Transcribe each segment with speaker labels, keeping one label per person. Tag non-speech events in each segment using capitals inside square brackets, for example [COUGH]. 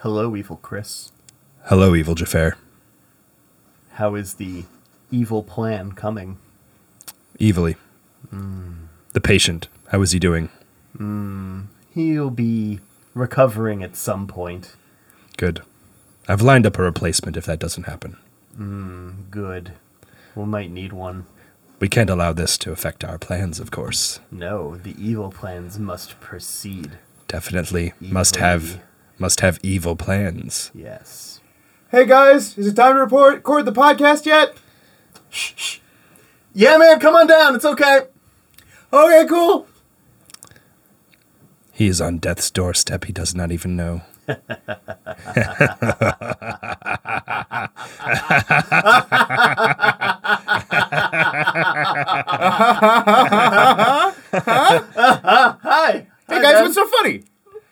Speaker 1: Hello, evil Chris.
Speaker 2: Hello, evil Jafar.
Speaker 1: How is the evil plan coming?
Speaker 2: Evilly. The patient. How is he doing?
Speaker 1: He'll be recovering at some point.
Speaker 2: Good. I've lined up a replacement if that doesn't happen.
Speaker 1: Good. We might need one.
Speaker 2: We can't allow this to affect our plans, of course.
Speaker 1: No, the evil plans must proceed.
Speaker 2: Definitely must have
Speaker 1: Evilly.
Speaker 2: must have evil plans.
Speaker 1: Yes.
Speaker 3: Hey guys, is it time to report record the podcast yet?
Speaker 1: Yeah, man, come on down. It's okay.
Speaker 3: Okay, cool.
Speaker 2: He is on death's doorstep. He does not even know.
Speaker 1: Hi.
Speaker 3: Hey guys, what's so funny?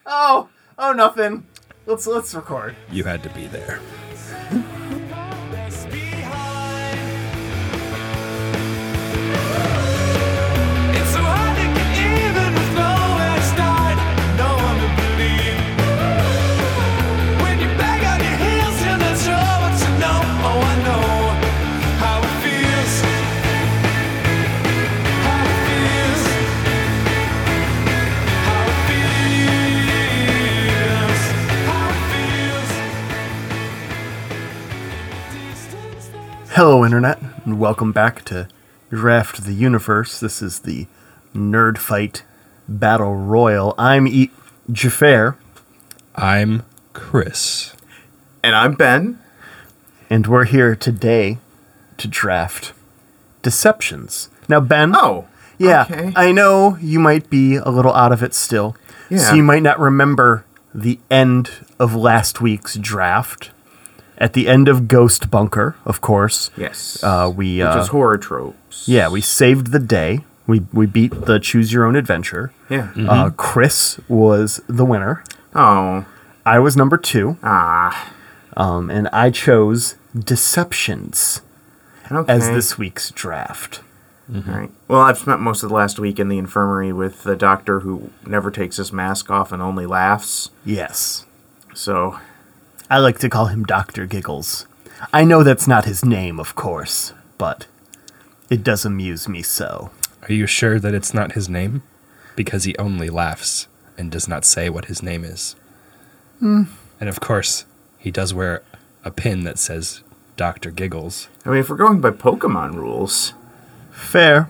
Speaker 1: Oh, oh, nothing. Let's let's record.
Speaker 2: You had to be there.
Speaker 4: It's so hard to get even with nowhere to start, no one to believe. When you're back on your heels, you're not sure what you know. Oh, I know how it feels. How it feels. How it feels. How it feels. Distance that
Speaker 1: Hello, Internet, and welcome back to Draft the Universe. This is the Nerd Fight Battle Royal. I'm e- Jafar,
Speaker 2: I'm Chris.
Speaker 3: And I'm Ben.
Speaker 1: and we're here today to draft Deceptions. Now, Ben.
Speaker 3: Oh,
Speaker 1: Yeah,
Speaker 3: okay.
Speaker 1: I know you might be a little out of it still.
Speaker 3: Yeah.
Speaker 1: So you might not remember the end of last week's draft. At the end of Ghost Bunker, of course.
Speaker 3: yes.
Speaker 1: Uh, we uh,
Speaker 3: Which is horror tropes.
Speaker 1: Yeah, we saved the day. We we beat the choose your own adventure.
Speaker 3: Yeah.
Speaker 1: Uh, Chris was the winner.
Speaker 3: Oh.
Speaker 1: I was number two,
Speaker 3: Ah.
Speaker 1: um, and I chose Deceptions
Speaker 3: Okay.
Speaker 1: as this week's draft.
Speaker 3: All right. Well, I've spent most of the last week in the infirmary with the doctor who never takes his mask off and only laughs.
Speaker 1: Yes,
Speaker 3: So,
Speaker 1: I like to call him Doctor Giggles. I know that's not his name, of course, but it does amuse me so.
Speaker 2: Are you sure that it's not his name? Because he only laughs and does not say what his name is. And of course, he does wear a pin that says Dr. Giggles.
Speaker 3: I mean, if we're going by Pokemon rules,
Speaker 1: Fair.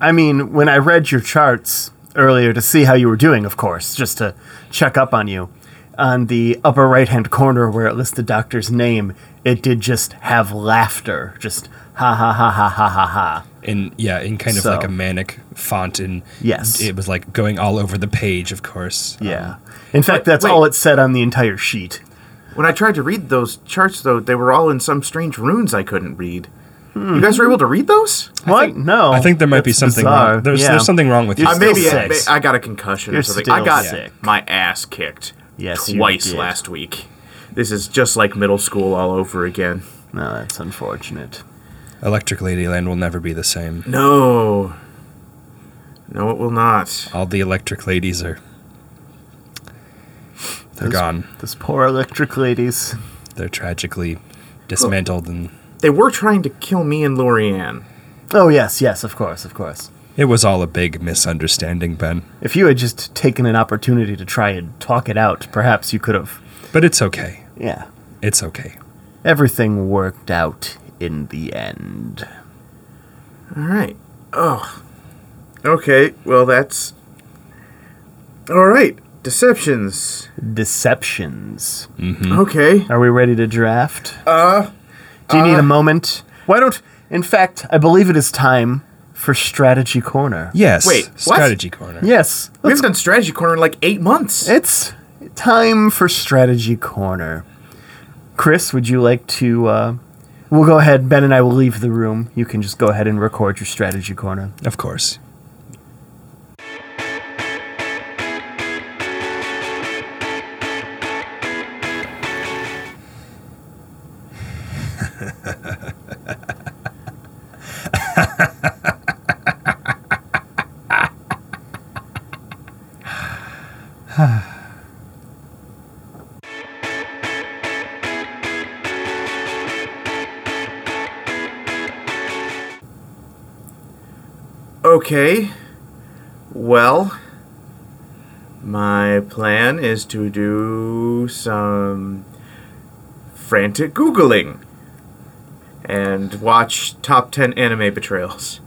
Speaker 1: I mean, when I read your charts earlier to see how you were doing, of course, just to check up on you, on the upper right hand corner where it lists the doctor's name, it did just have laughter. Just ha ha ha ha ha ha ha.
Speaker 2: In yeah, in kind of
Speaker 1: So-
Speaker 2: like a manic font and
Speaker 1: Yes.
Speaker 2: it was like going all over the page, of course.
Speaker 1: Yeah. In fact,
Speaker 3: Wait,
Speaker 1: that's
Speaker 3: wait.
Speaker 1: all it said on the entire sheet.
Speaker 3: when I tried to read those charts, though, they were all in some strange runes I couldn't read.
Speaker 1: Hmm.
Speaker 3: You guys were able to read those?
Speaker 1: What? no.
Speaker 2: I think there might be
Speaker 1: That's
Speaker 2: something
Speaker 1: bizarre.
Speaker 2: wrong. There's
Speaker 1: Yeah.
Speaker 2: there's something wrong with you.
Speaker 1: You're
Speaker 3: I
Speaker 1: still
Speaker 3: maybe I,
Speaker 1: sick.
Speaker 3: I got a concussion
Speaker 1: You're
Speaker 3: or something.
Speaker 1: still
Speaker 3: I got
Speaker 1: sick.
Speaker 3: my ass kicked
Speaker 1: Yes, you
Speaker 3: twice
Speaker 1: did.
Speaker 3: last week. This is just like middle school all over again.
Speaker 1: No, that's unfortunate.
Speaker 2: Electric Ladyland will never be the same.
Speaker 3: No. No, it will not.
Speaker 2: All the electric ladies are they're
Speaker 1: Those-
Speaker 2: gone.
Speaker 1: Those poor electric ladies.
Speaker 2: They're tragically dismantled and
Speaker 3: They were trying to kill me and Lorianne.
Speaker 1: Oh, yes, yes, of course, of course.
Speaker 2: it was all a big misunderstanding, Ben.
Speaker 1: If you had just taken an opportunity to try and talk it out, perhaps you could have.
Speaker 2: But it's okay.
Speaker 1: Yeah.
Speaker 2: It's okay.
Speaker 1: Everything worked out in the end.
Speaker 3: All right. Oh. Okay. Well, that's all right. Deceptions.
Speaker 1: Deceptions.
Speaker 3: Hmm. Okay.
Speaker 1: Are we ready to draft? Uh. Do you need a
Speaker 2: Uh,
Speaker 1: moment? Why don't. In fact, I believe it is time for Strategy Corner.
Speaker 2: Yes.
Speaker 3: Wait, what?
Speaker 2: strategy corner.
Speaker 1: Yes.
Speaker 3: We
Speaker 1: Let's,
Speaker 3: haven't done strategy corner in like eight months.
Speaker 1: it's time for Strategy Corner. Chris, would you like to. Uh, we'll go ahead. Ben and I will leave the room. You can just go ahead and record your Strategy Corner.
Speaker 2: Of course.
Speaker 3: Okay. Well, my plan is to do some frantic Googling and watch top 10 anime betrayals.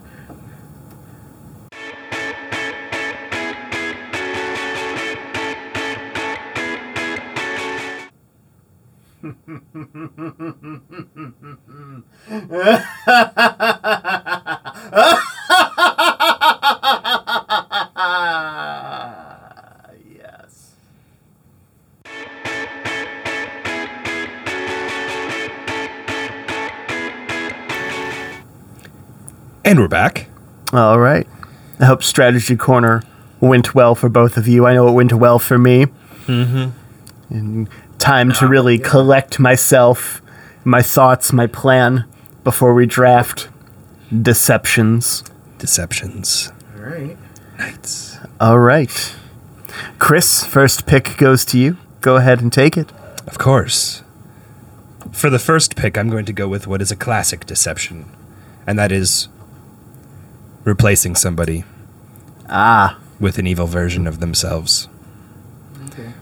Speaker 1: yes.
Speaker 2: And we're back.
Speaker 1: All right. I hope Strategy Corner went well for both of you. I know it went well for me. Mm-hmm. And time to really collect myself, my thoughts, my plan before we draft deceptions.
Speaker 2: Deceptions.
Speaker 3: All right.
Speaker 2: Nights.
Speaker 1: All right. Chris, first pick goes to you. Go ahead and take it.
Speaker 2: Of course. For the first pick, I'm going to go with what is a classic deception, and that is replacing somebody
Speaker 1: Ah,
Speaker 2: with an evil version of themselves.
Speaker 3: Okay.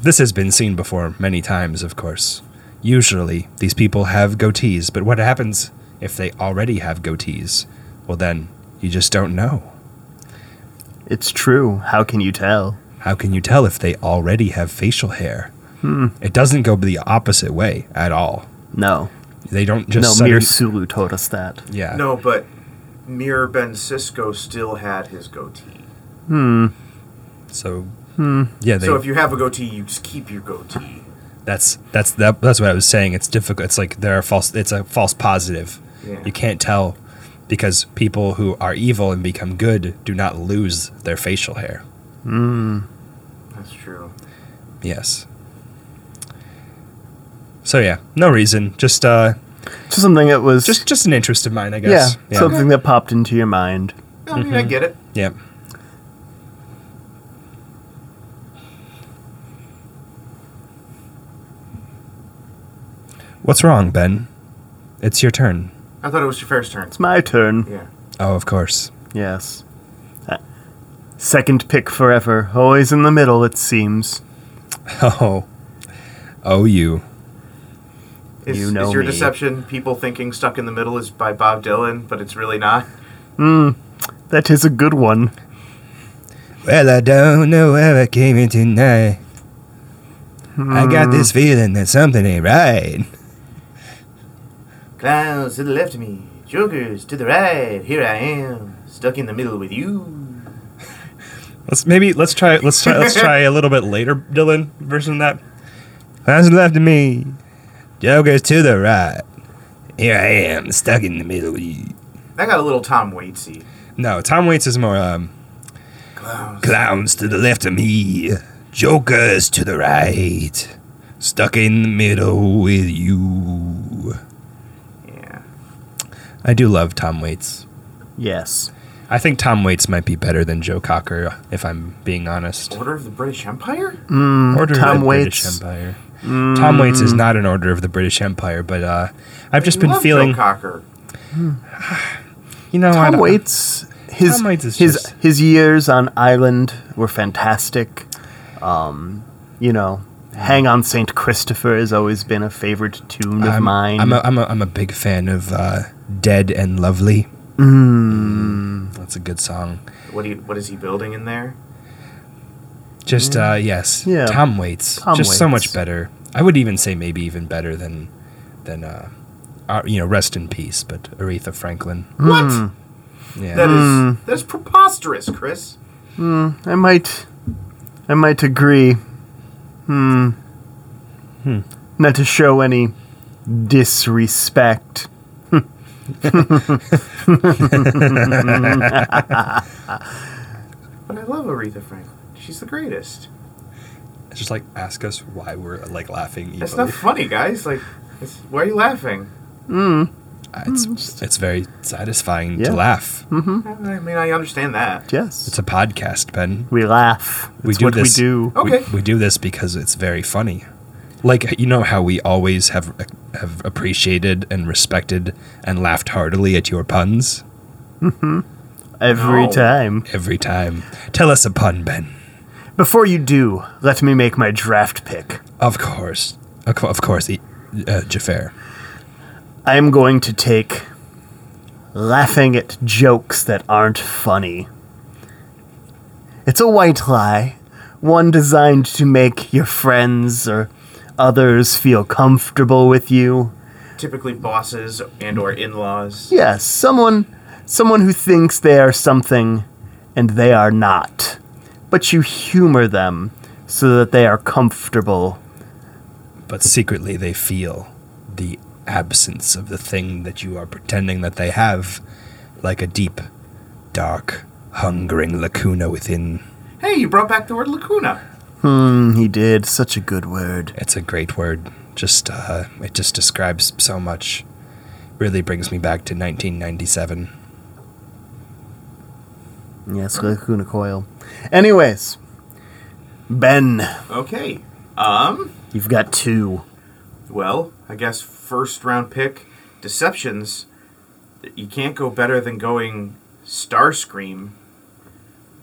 Speaker 2: This has been seen before many times, of course. Usually, these people have goatees, but what happens if they already have goatees? Well, then, you just don't know.
Speaker 1: it's true. How can you tell?
Speaker 2: How can you tell if they already have facial hair? It doesn't go the opposite way at all.
Speaker 1: No.
Speaker 2: They don't just
Speaker 1: no,
Speaker 2: sudden-
Speaker 1: Mir Sulu told us that.
Speaker 2: yeah.
Speaker 3: No, but Mir Ben Sisko still had his goatee.
Speaker 2: So yeah, they,
Speaker 3: so if you have a goatee, you just keep your goatee.
Speaker 2: that's that's that, that's what I was saying. It's difficult. It's like there are false. It's a false positive.
Speaker 3: Yeah.
Speaker 2: You can't tell because people who are evil and become good do not lose their facial hair.
Speaker 3: That's true.
Speaker 2: Yes. So yeah, no reason. Just uh,
Speaker 1: Just something that was
Speaker 2: just just an interest of mine, I
Speaker 1: yeah,
Speaker 2: guess. Yeah.
Speaker 1: something that popped into your mind. [LAUGHS]
Speaker 3: I mean, I get it.
Speaker 2: Yeah. What's wrong, Ben? It's your turn.
Speaker 3: I thought it was your first turn.
Speaker 1: It's my turn.
Speaker 3: Yeah.
Speaker 2: Oh, of course. [LAUGHS]
Speaker 1: Yes. Uh, Second pick forever. Always in the middle, it seems.
Speaker 2: Oh. Oh, you.
Speaker 3: Is,
Speaker 1: You know
Speaker 3: is your
Speaker 1: me.
Speaker 3: deception people thinking Stuck in the Middle is by Bob Dylan, but it's really not?
Speaker 1: Hmm, That is a good one.
Speaker 2: Well, I don't know where I came in tonight. I
Speaker 1: Hmm,
Speaker 2: got this feeling that something ain't right.
Speaker 3: Clowns to the left of me, jokers to the right. Here I am, stuck in the middle with you.
Speaker 2: Let's maybe let's try let's try let's try a little bit later Dylan version of that. Clowns to the left of me, jokers to the right. Here I am, stuck in the middle. of you.
Speaker 3: That got a little Tom Waitsy.
Speaker 2: No, Tom Waits is more um,
Speaker 3: Clowns.
Speaker 2: clowns to the left of me, jokers to the right, stuck in the middle with you.
Speaker 3: Yeah.
Speaker 2: I do love Tom Waits.
Speaker 1: Yes.
Speaker 2: I think Tom Waits might be better than Joe Cocker, if I'm being honest.
Speaker 3: Order of the British Empire?
Speaker 2: Order
Speaker 1: Tom
Speaker 2: of the
Speaker 1: Waits.
Speaker 2: British Empire. Tom Waits is not an Order of the British Empire, but uh, I've just
Speaker 3: I
Speaker 2: been
Speaker 3: love
Speaker 2: feeling,
Speaker 3: Joe Cocker.
Speaker 2: you know, I
Speaker 1: Tom
Speaker 2: don't-
Speaker 1: Waits, his
Speaker 2: Tom Waits is
Speaker 1: his
Speaker 2: just-
Speaker 1: his years on Island were fantastic. Um, you know, Hang on Saint Christopher has always been a favorite tune of
Speaker 2: I'm,
Speaker 1: mine.
Speaker 2: I'm a, I'm, a, I'm a big fan of uh, Dead and Lovely.
Speaker 1: Hmm.
Speaker 2: Mm. That's a good song.
Speaker 3: What, do you, what is he building in there?
Speaker 2: Just uh yes.
Speaker 1: Mm. Yeah.
Speaker 2: Tom Waits.
Speaker 1: Tom
Speaker 2: just so
Speaker 1: Waits.
Speaker 2: much better. I would even say maybe even better than than uh, uh you know, rest in peace, but Aretha Franklin.
Speaker 3: What?
Speaker 2: Yeah.
Speaker 3: That is
Speaker 2: Hmm.
Speaker 3: that's preposterous, Chris.
Speaker 1: I might, I might agree. Hmm.
Speaker 2: Hmm.
Speaker 1: Not to show any disrespect.
Speaker 3: But I love Aretha Franklin. She's the greatest.
Speaker 2: It's just like ask us why we're like laughing evilly.
Speaker 3: That's not funny, guys. Like, it's, why are you laughing?
Speaker 2: Uh, It's it's very
Speaker 1: Mm,
Speaker 2: satisfying
Speaker 1: Yeah. Mm.
Speaker 2: to laugh.
Speaker 3: I I mean, I understand that.
Speaker 1: Yes,
Speaker 2: It's a podcast, Ben.
Speaker 1: we laugh. It's
Speaker 2: We do
Speaker 1: what
Speaker 2: this.
Speaker 1: we do.
Speaker 3: Oh. Okay.
Speaker 2: We, we do this because it's very funny. Like you know how we always have have appreciated and respected and laughed heartily at your puns.
Speaker 1: every
Speaker 3: No.
Speaker 1: time.
Speaker 2: every time. Tell us a pun, Ben.
Speaker 1: Before you do, let me make my draft pick.
Speaker 2: Of course. Of co- of course, e- uh, Jafar.
Speaker 1: I am going to take laughing at jokes that aren't funny. It's a white lie, one designed to make your friends or others feel comfortable with you.
Speaker 3: Typically, bosses and or in-laws.
Speaker 1: Yes, someone someone who thinks they are something and they are not. But you humor them so that they are comfortable.
Speaker 2: But secretly, they feel the absence of the thing that you are pretending that they have, like a deep, dark, hungering lacuna within.
Speaker 3: Hey, you brought back the word lacuna.
Speaker 1: Hmm, he did. Such a good word.
Speaker 2: It's a great word. Just uh, it just describes so much. Really brings me back to 1997.
Speaker 1: Yes, Lacuna Coil. Anyways, Ben,
Speaker 3: Okay. Um.
Speaker 1: you've got two.
Speaker 3: Well, I guess first round pick, Deceptions. You can't go better than going Starscream,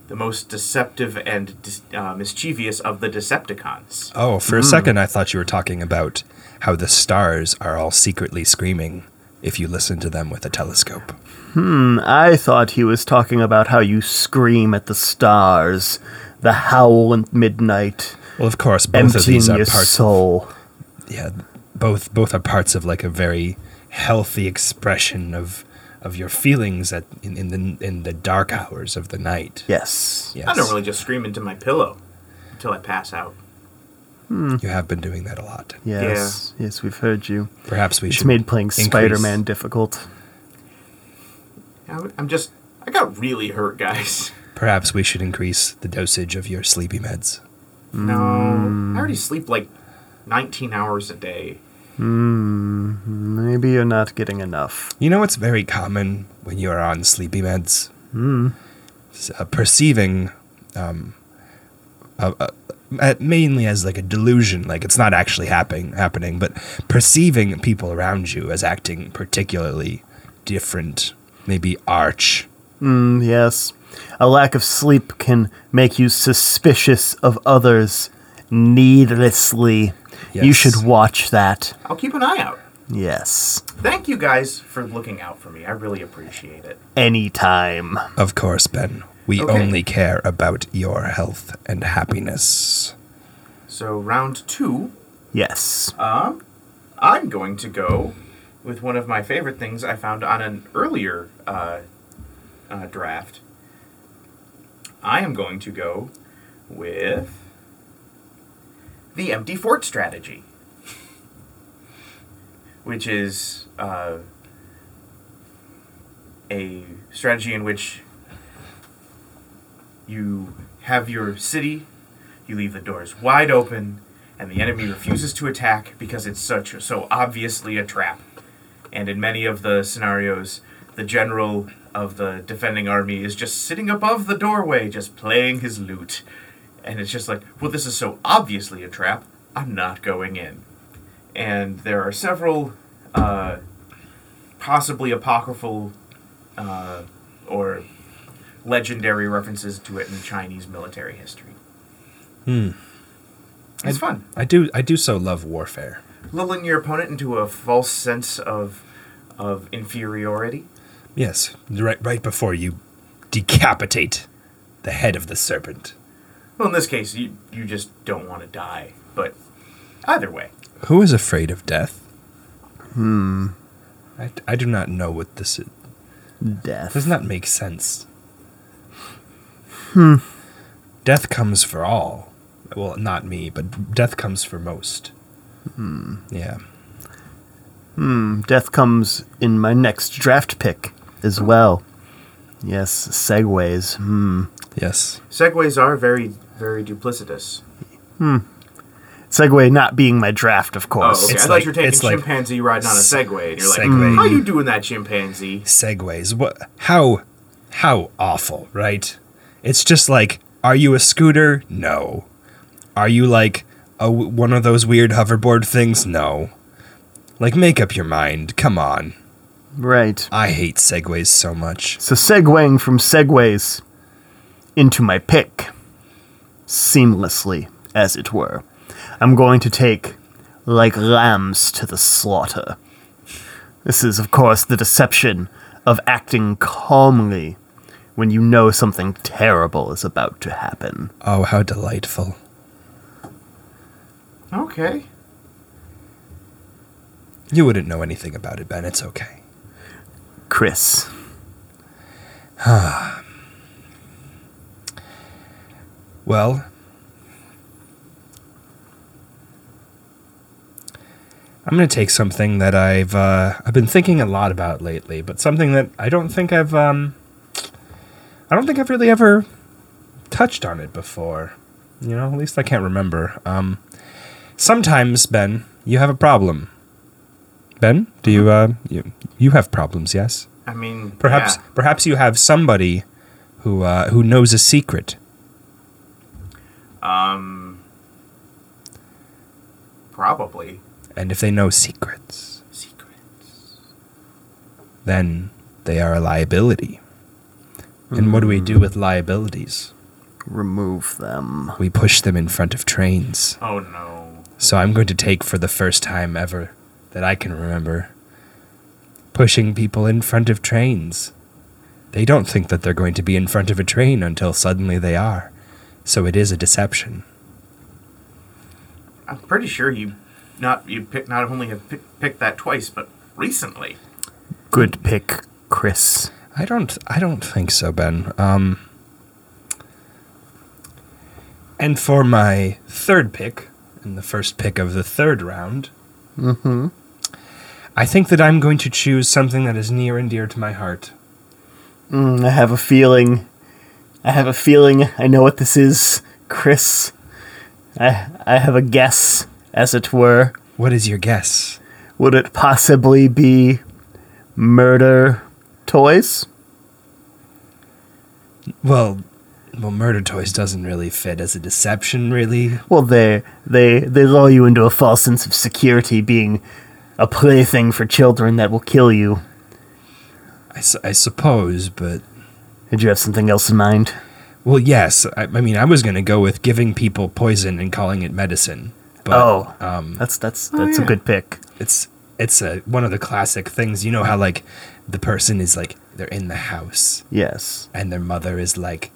Speaker 3: the most deceptive and dis- uh, mischievous of the Decepticons.
Speaker 2: Oh, for
Speaker 1: Mm.
Speaker 2: a second, I thought you were talking about how the stars are all secretly screaming if you listen to them with a telescope.
Speaker 1: Mm, I thought he was talking about how you scream at the stars, the howl at midnight,
Speaker 2: Well, of course, both of
Speaker 1: emptying
Speaker 2: these are
Speaker 1: your
Speaker 2: parts.
Speaker 1: soul.
Speaker 2: Yeah, both both are parts of like a very healthy expression of of your feelings at in, in the in the dark hours of the night.
Speaker 1: Yes.
Speaker 2: Yes,
Speaker 3: I don't really just scream into my pillow until I pass out.
Speaker 1: Mm.
Speaker 2: You have been doing that a lot.
Speaker 1: Yes. Yes, we've heard you.
Speaker 2: Perhaps we
Speaker 1: It's
Speaker 2: should
Speaker 1: made playing
Speaker 2: increase-
Speaker 1: Spider Man difficult.
Speaker 3: I- I'm just. I got really hurt, guys.
Speaker 2: Perhaps we should increase the dosage of your sleepy meds.
Speaker 3: No. I already sleep like 19 hours a day.
Speaker 1: Maybe you're not getting enough.
Speaker 2: You know what's very common when you are on sleepy meds? S- uh, perceiving, um, uh, uh, uh, mainly as like a delusion, like it's not actually happening, happening, but perceiving people around you as acting particularly different, maybe arch.
Speaker 1: Mm, yes. A lack of sleep can make you suspicious of others needlessly. You
Speaker 2: Yes.
Speaker 1: should watch that.
Speaker 3: I'll keep an eye out.
Speaker 1: Yes.
Speaker 3: Thank you guys for looking out for me. I really appreciate it.
Speaker 1: Anytime.
Speaker 2: Of course, Ben. We
Speaker 3: Okay.
Speaker 2: only care about your health and happiness.
Speaker 3: So, round two.
Speaker 1: Yes.
Speaker 3: Um, I'm going to go with one of my favorite things I found on an earlier uh, uh, draft. I am going to go with the empty fort strategy, [LAUGHS] which is uh, a strategy in which you have your city, you leave the doors wide open, and the enemy refuses to attack because it's such so obviously a trap. And in many of the scenarios, the general of the defending army is just sitting above the doorway, just playing his lute. And it's just like, well, this is so obviously a trap, I'm not going in. And there are several uh, possibly apocryphal uh, or legendary references to it in Chinese military history. It's fun.
Speaker 2: I do, I do so love warfare.
Speaker 3: Lulling your opponent into a false sense of of inferiority.
Speaker 2: Yes, right, right before you decapitate the head of the serpent.
Speaker 3: Well, in this case, you, you just don't want to die. But either way,
Speaker 2: Who is afraid of death? Hmm. I, I do not know what this is.
Speaker 1: Death.
Speaker 2: Does not make sense. Hmm. Death comes for all. Well, not me, but death comes for most. Hmm. Yeah.
Speaker 1: Death comes in my next draft pick as well. Yes, segues. Hmm.
Speaker 2: Yes.
Speaker 3: segues are very very duplicitous.
Speaker 1: Segue not being my draft, of
Speaker 3: Oh,
Speaker 1: course.
Speaker 3: okay. I
Speaker 2: It's
Speaker 3: thought
Speaker 2: like-
Speaker 3: you were taking
Speaker 2: it's like
Speaker 3: chimpanzee riding on a Segway, and you're like, "Hmm,
Speaker 2: Segway.
Speaker 3: "How you doing that, chimpanzee?"
Speaker 2: Segways. What? How? How awful, right? It's just like, are you a scooter? No. Are you like a, one of those weird hoverboard things? No. Like, make up your mind. Come on.
Speaker 1: Right.
Speaker 2: I hate segues so much.
Speaker 1: So segueing from segues into my pick, seamlessly, as it were, I'm going to take like lambs to the slaughter. This is, of course, the deception of acting calmly when you know something terrible is about to happen.
Speaker 2: Oh, how delightful.
Speaker 3: Okay.
Speaker 2: You wouldn't know anything about it, Ben. It's okay.
Speaker 1: Chris,
Speaker 2: Well, I'm going to take something that I've uh, I've been thinking a lot about lately, but something that I don't think I've um, I don't think I've really ever touched on it before. You know, at least I can't remember. Um, sometimes, Ben, you have a problem. Ben, do you uh, you you have problems? Yes.
Speaker 3: I mean,
Speaker 2: Perhaps
Speaker 3: yeah.
Speaker 2: perhaps you have somebody who uh, who knows a secret.
Speaker 3: um, probably
Speaker 2: And if they know secrets,
Speaker 3: secrets.
Speaker 2: then they are a liability. And what do we do with liabilities?
Speaker 1: remove them.
Speaker 2: We push them in front of trains.
Speaker 3: Oh no.
Speaker 2: So I'm going to take for the first time ever that I can remember pushing people in front of trains. They don't think that they're going to be in front of a train until suddenly they are. So it is a deception.
Speaker 3: I'm pretty sure you not you pick, not only have pick, picked that twice, but recently.
Speaker 1: Good pick, Chris.
Speaker 2: I don't. I don't think so, Ben. Um, and for my third pick, and the first pick of the third round, I think that I'm going to choose something that is near and dear to my heart.
Speaker 1: Mm, I have a feeling. I have a feeling I know what this is, Chris. I I have a guess, as it were.
Speaker 2: What is your guess?
Speaker 1: Would it possibly be murder toys?
Speaker 2: Well, well, murder toys doesn't really fit as a deception, really.
Speaker 1: Well, they they they lull you into a false sense of security, being a plaything for children that will kill you.
Speaker 2: I, su- I suppose, but
Speaker 1: Did you have something else in mind?
Speaker 2: well, yes. I, I mean, I was going to go with giving people poison and calling it medicine. But,
Speaker 1: oh,
Speaker 2: um,
Speaker 1: that's that's
Speaker 3: Oh,
Speaker 1: that's
Speaker 3: yeah.
Speaker 1: a good pick.
Speaker 2: it's it's a, one of the classic things. You know how like the person is like they're in the house
Speaker 1: Yes.
Speaker 2: and their mother is like,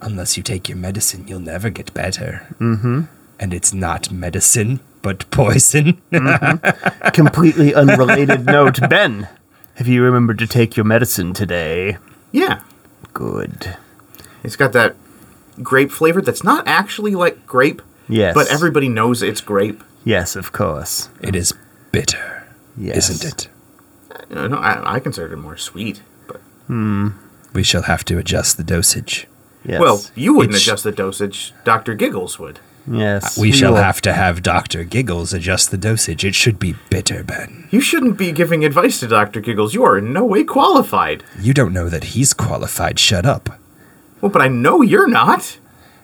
Speaker 2: unless you take your medicine, you'll never get better.
Speaker 1: Mm-hmm.
Speaker 2: And it's not medicine
Speaker 1: [LAUGHS]
Speaker 2: but poison.
Speaker 1: Completely unrelated note, Ben. Have you remembered to take your medicine today?
Speaker 3: Yeah.
Speaker 1: Good.
Speaker 3: It's got that grape flavor that's not actually like grape,
Speaker 1: Yes.
Speaker 3: but everybody knows it's grape.
Speaker 1: Yes, of course.
Speaker 2: it is bitter,
Speaker 1: Yes.
Speaker 2: isn't it?
Speaker 3: Uh, No, I, I consider it more sweet. But
Speaker 2: We shall have to adjust the dosage.
Speaker 1: Hmm. Yes.
Speaker 3: well, you wouldn't
Speaker 2: It's-
Speaker 3: adjust the dosage. Doctor Giggles would.
Speaker 1: yes.
Speaker 2: We shall
Speaker 1: will.
Speaker 2: have to have Doctor Giggles adjust the dosage. It should be bitter, Ben.
Speaker 3: You shouldn't be giving advice to Doctor Giggles. You are in no way qualified.
Speaker 2: You don't know that he's qualified. Shut up.
Speaker 3: Well, but I know you're not.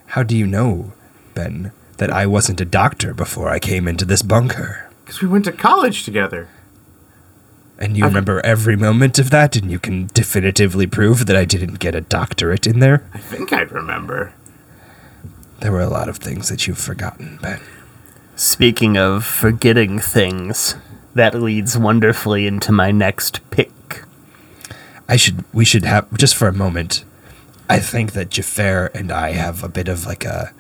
Speaker 2: How do you know, Ben, that I wasn't a doctor before I came into this bunker?
Speaker 3: Because we went to college together.
Speaker 2: And you remember every moment of that, and you can definitively prove that I didn't get a doctorate in there?
Speaker 3: I think I remember.
Speaker 2: There were a lot of things that you've forgotten, Ben.
Speaker 1: Speaking of forgetting things, that leads wonderfully into my next pick.
Speaker 2: I should, we should have, just for a moment, I think that Jafar and I have a bit of like a,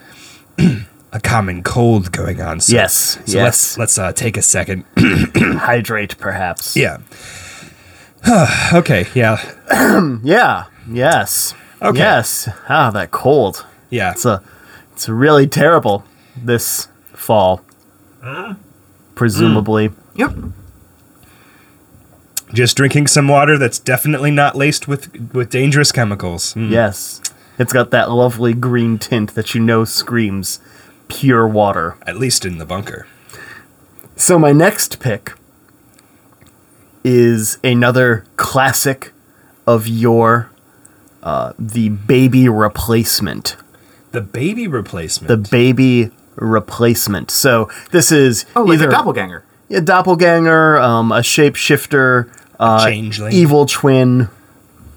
Speaker 2: [CLEARS THROAT] a common cold going on. So,
Speaker 1: Yes,
Speaker 2: so
Speaker 1: yes.
Speaker 2: let's, let's uh, take a second.
Speaker 1: Hydrate, perhaps.
Speaker 2: yeah. [SIGHS] okay, yeah,
Speaker 1: Yeah. Yes.
Speaker 2: Okay.
Speaker 1: Yes. Ah, that cold.
Speaker 2: yeah.
Speaker 1: It's a, it's really terrible this fall. Presumably.
Speaker 3: Yep.
Speaker 2: just drinking some water that's definitely not laced with with dangerous chemicals. Mm.
Speaker 1: Yes. It's got that lovely green tint that you know screams pure water.
Speaker 2: At least in the bunker.
Speaker 1: So my next pick is another classic of your uh, the baby replacement.
Speaker 2: The baby replacement.
Speaker 1: The baby replacement. So this is
Speaker 3: Oh, like
Speaker 1: either
Speaker 3: a doppelganger.
Speaker 1: a doppelganger, um, a shapeshifter,
Speaker 2: Uh, Changeling.
Speaker 1: evil twin.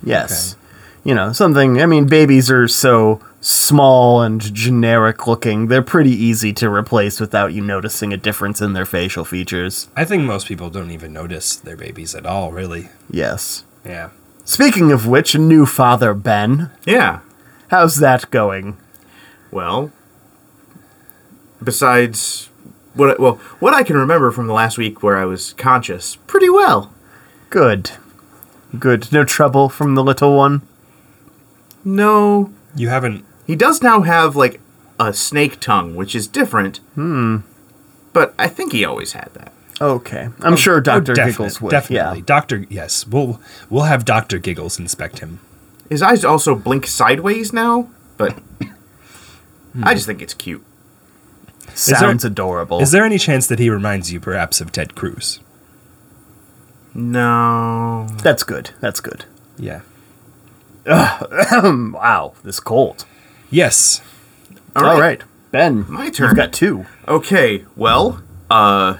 Speaker 1: Yes. You know, something. I mean, babies are so small and generic looking. They're pretty easy to replace without you noticing a difference in their facial features.
Speaker 2: I think most people don't even notice their babies at all, really.
Speaker 1: Yes.
Speaker 2: Yeah.
Speaker 1: Speaking of which, new father Ben.
Speaker 3: Yeah.
Speaker 1: How's that going?
Speaker 3: Well, besides what I- well what I can remember from the last week where I was conscious pretty well.
Speaker 1: Good. Good. No trouble from the little one?
Speaker 3: No,
Speaker 2: You haven't.
Speaker 3: he does now have like a snake tongue, which is different. Hmm. But I think he always had that.
Speaker 1: Okay. I'm sure Dr.
Speaker 2: Oh, definite-
Speaker 1: Giggles would.
Speaker 2: Definitely.
Speaker 1: Yeah.
Speaker 2: Doctor, yes. We'll, we'll have Dr. Giggles inspect him.
Speaker 3: His eyes also blink sideways now, but I just think it's cute.
Speaker 2: there-
Speaker 1: Sounds adorable.
Speaker 2: Is there any chance that he reminds you perhaps of Ted Cruz?
Speaker 3: No.
Speaker 1: That's good. That's
Speaker 2: [LAUGHS]
Speaker 1: good.
Speaker 2: Yeah.
Speaker 1: Wow, this cold.
Speaker 2: Yes.
Speaker 3: All right.
Speaker 1: All right. Ben.
Speaker 3: My
Speaker 1: You've
Speaker 3: turn.
Speaker 1: got two.
Speaker 3: Okay, well, uh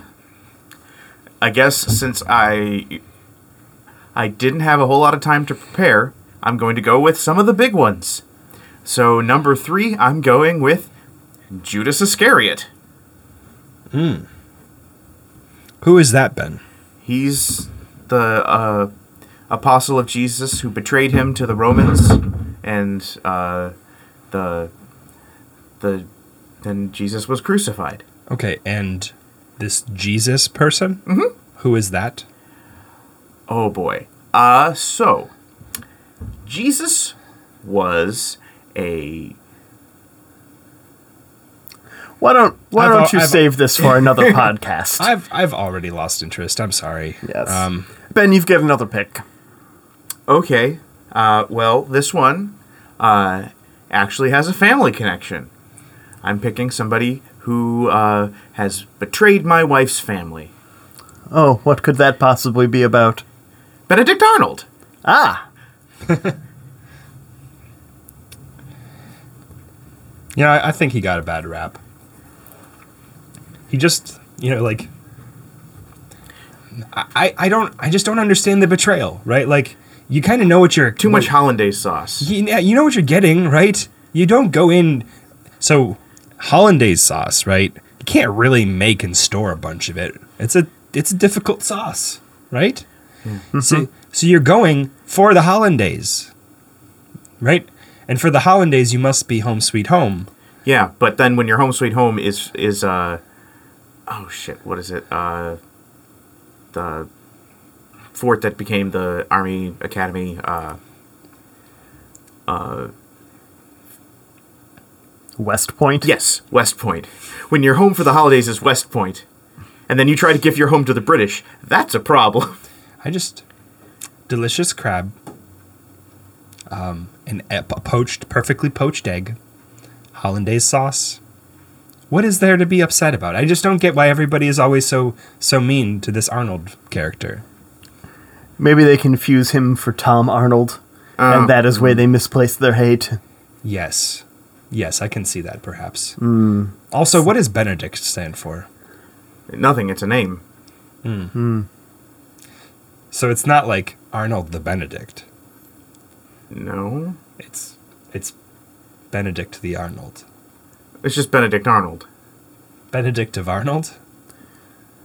Speaker 3: I guess since I I didn't have a whole lot of time to prepare, I'm going to go with some of the big ones. So number 3, I'm going with Judas Iscariot.
Speaker 2: Who is that, Ben?
Speaker 3: He's the uh, apostle of Jesus who betrayed him to the Romans, and uh, the the then Jesus was crucified.
Speaker 2: Okay, and this Jesus person? Mm-hmm. is that?
Speaker 3: Oh boy. Uh so Jesus was a
Speaker 1: Why don't Why
Speaker 2: I've al-
Speaker 1: don't you
Speaker 2: I've-
Speaker 1: save this
Speaker 2: [LAUGHS]
Speaker 1: for another podcast?
Speaker 2: I've I've already lost interest. I'm sorry.
Speaker 1: yes.
Speaker 2: Um,
Speaker 1: ben, you've got another pick.
Speaker 3: okay. Uh, well, this one uh, actually has a family connection. I'm picking somebody who uh, has betrayed my wife's family.
Speaker 1: Oh, what could that possibly be about?
Speaker 3: Benedict Arnold.
Speaker 1: Ah,
Speaker 2: yeah, I, I think he got a bad rap. He just, you know, like I, I- I don't I just don't understand the betrayal, right? Like you kind of know what you're
Speaker 3: Too much
Speaker 2: what-
Speaker 3: hollandaise sauce.
Speaker 2: you, yeah, you know what you're getting, right? You don't go in so hollandaise sauce, right? You can't really make and store a bunch of it. It's a it's a difficult sauce, right?
Speaker 3: Mm-hmm.
Speaker 2: So so you're going for the hollandaise, right? And for the hollandaise, you must be home sweet home.
Speaker 3: Yeah, but then when your home sweet home is is uh oh shit, what is it? Uh the fort that became the Army Academy uh
Speaker 1: West Point.
Speaker 3: yes, West Point. When your home for the holidays is West Point and then you try to give your home to the British, that's a problem. [LAUGHS]
Speaker 2: I just delicious crab, um, an e- po- poached, perfectly poached egg, hollandaise sauce. What is there to be upset about? I just don't get why everybody is always so so mean to this Arnold character.
Speaker 1: Maybe they confuse him for Tom Arnold,
Speaker 3: Uh.
Speaker 1: and that is where they misplace their hate.
Speaker 2: Yes, yes, I can see that perhaps. Also, what does Benedict stand for?
Speaker 3: Nothing, it's a name.
Speaker 2: So it's not like Arnold the Benedict.
Speaker 3: No.
Speaker 2: It's it's Benedict the Arnold.
Speaker 3: It's just Benedict Arnold.
Speaker 2: Benedict of Arnold.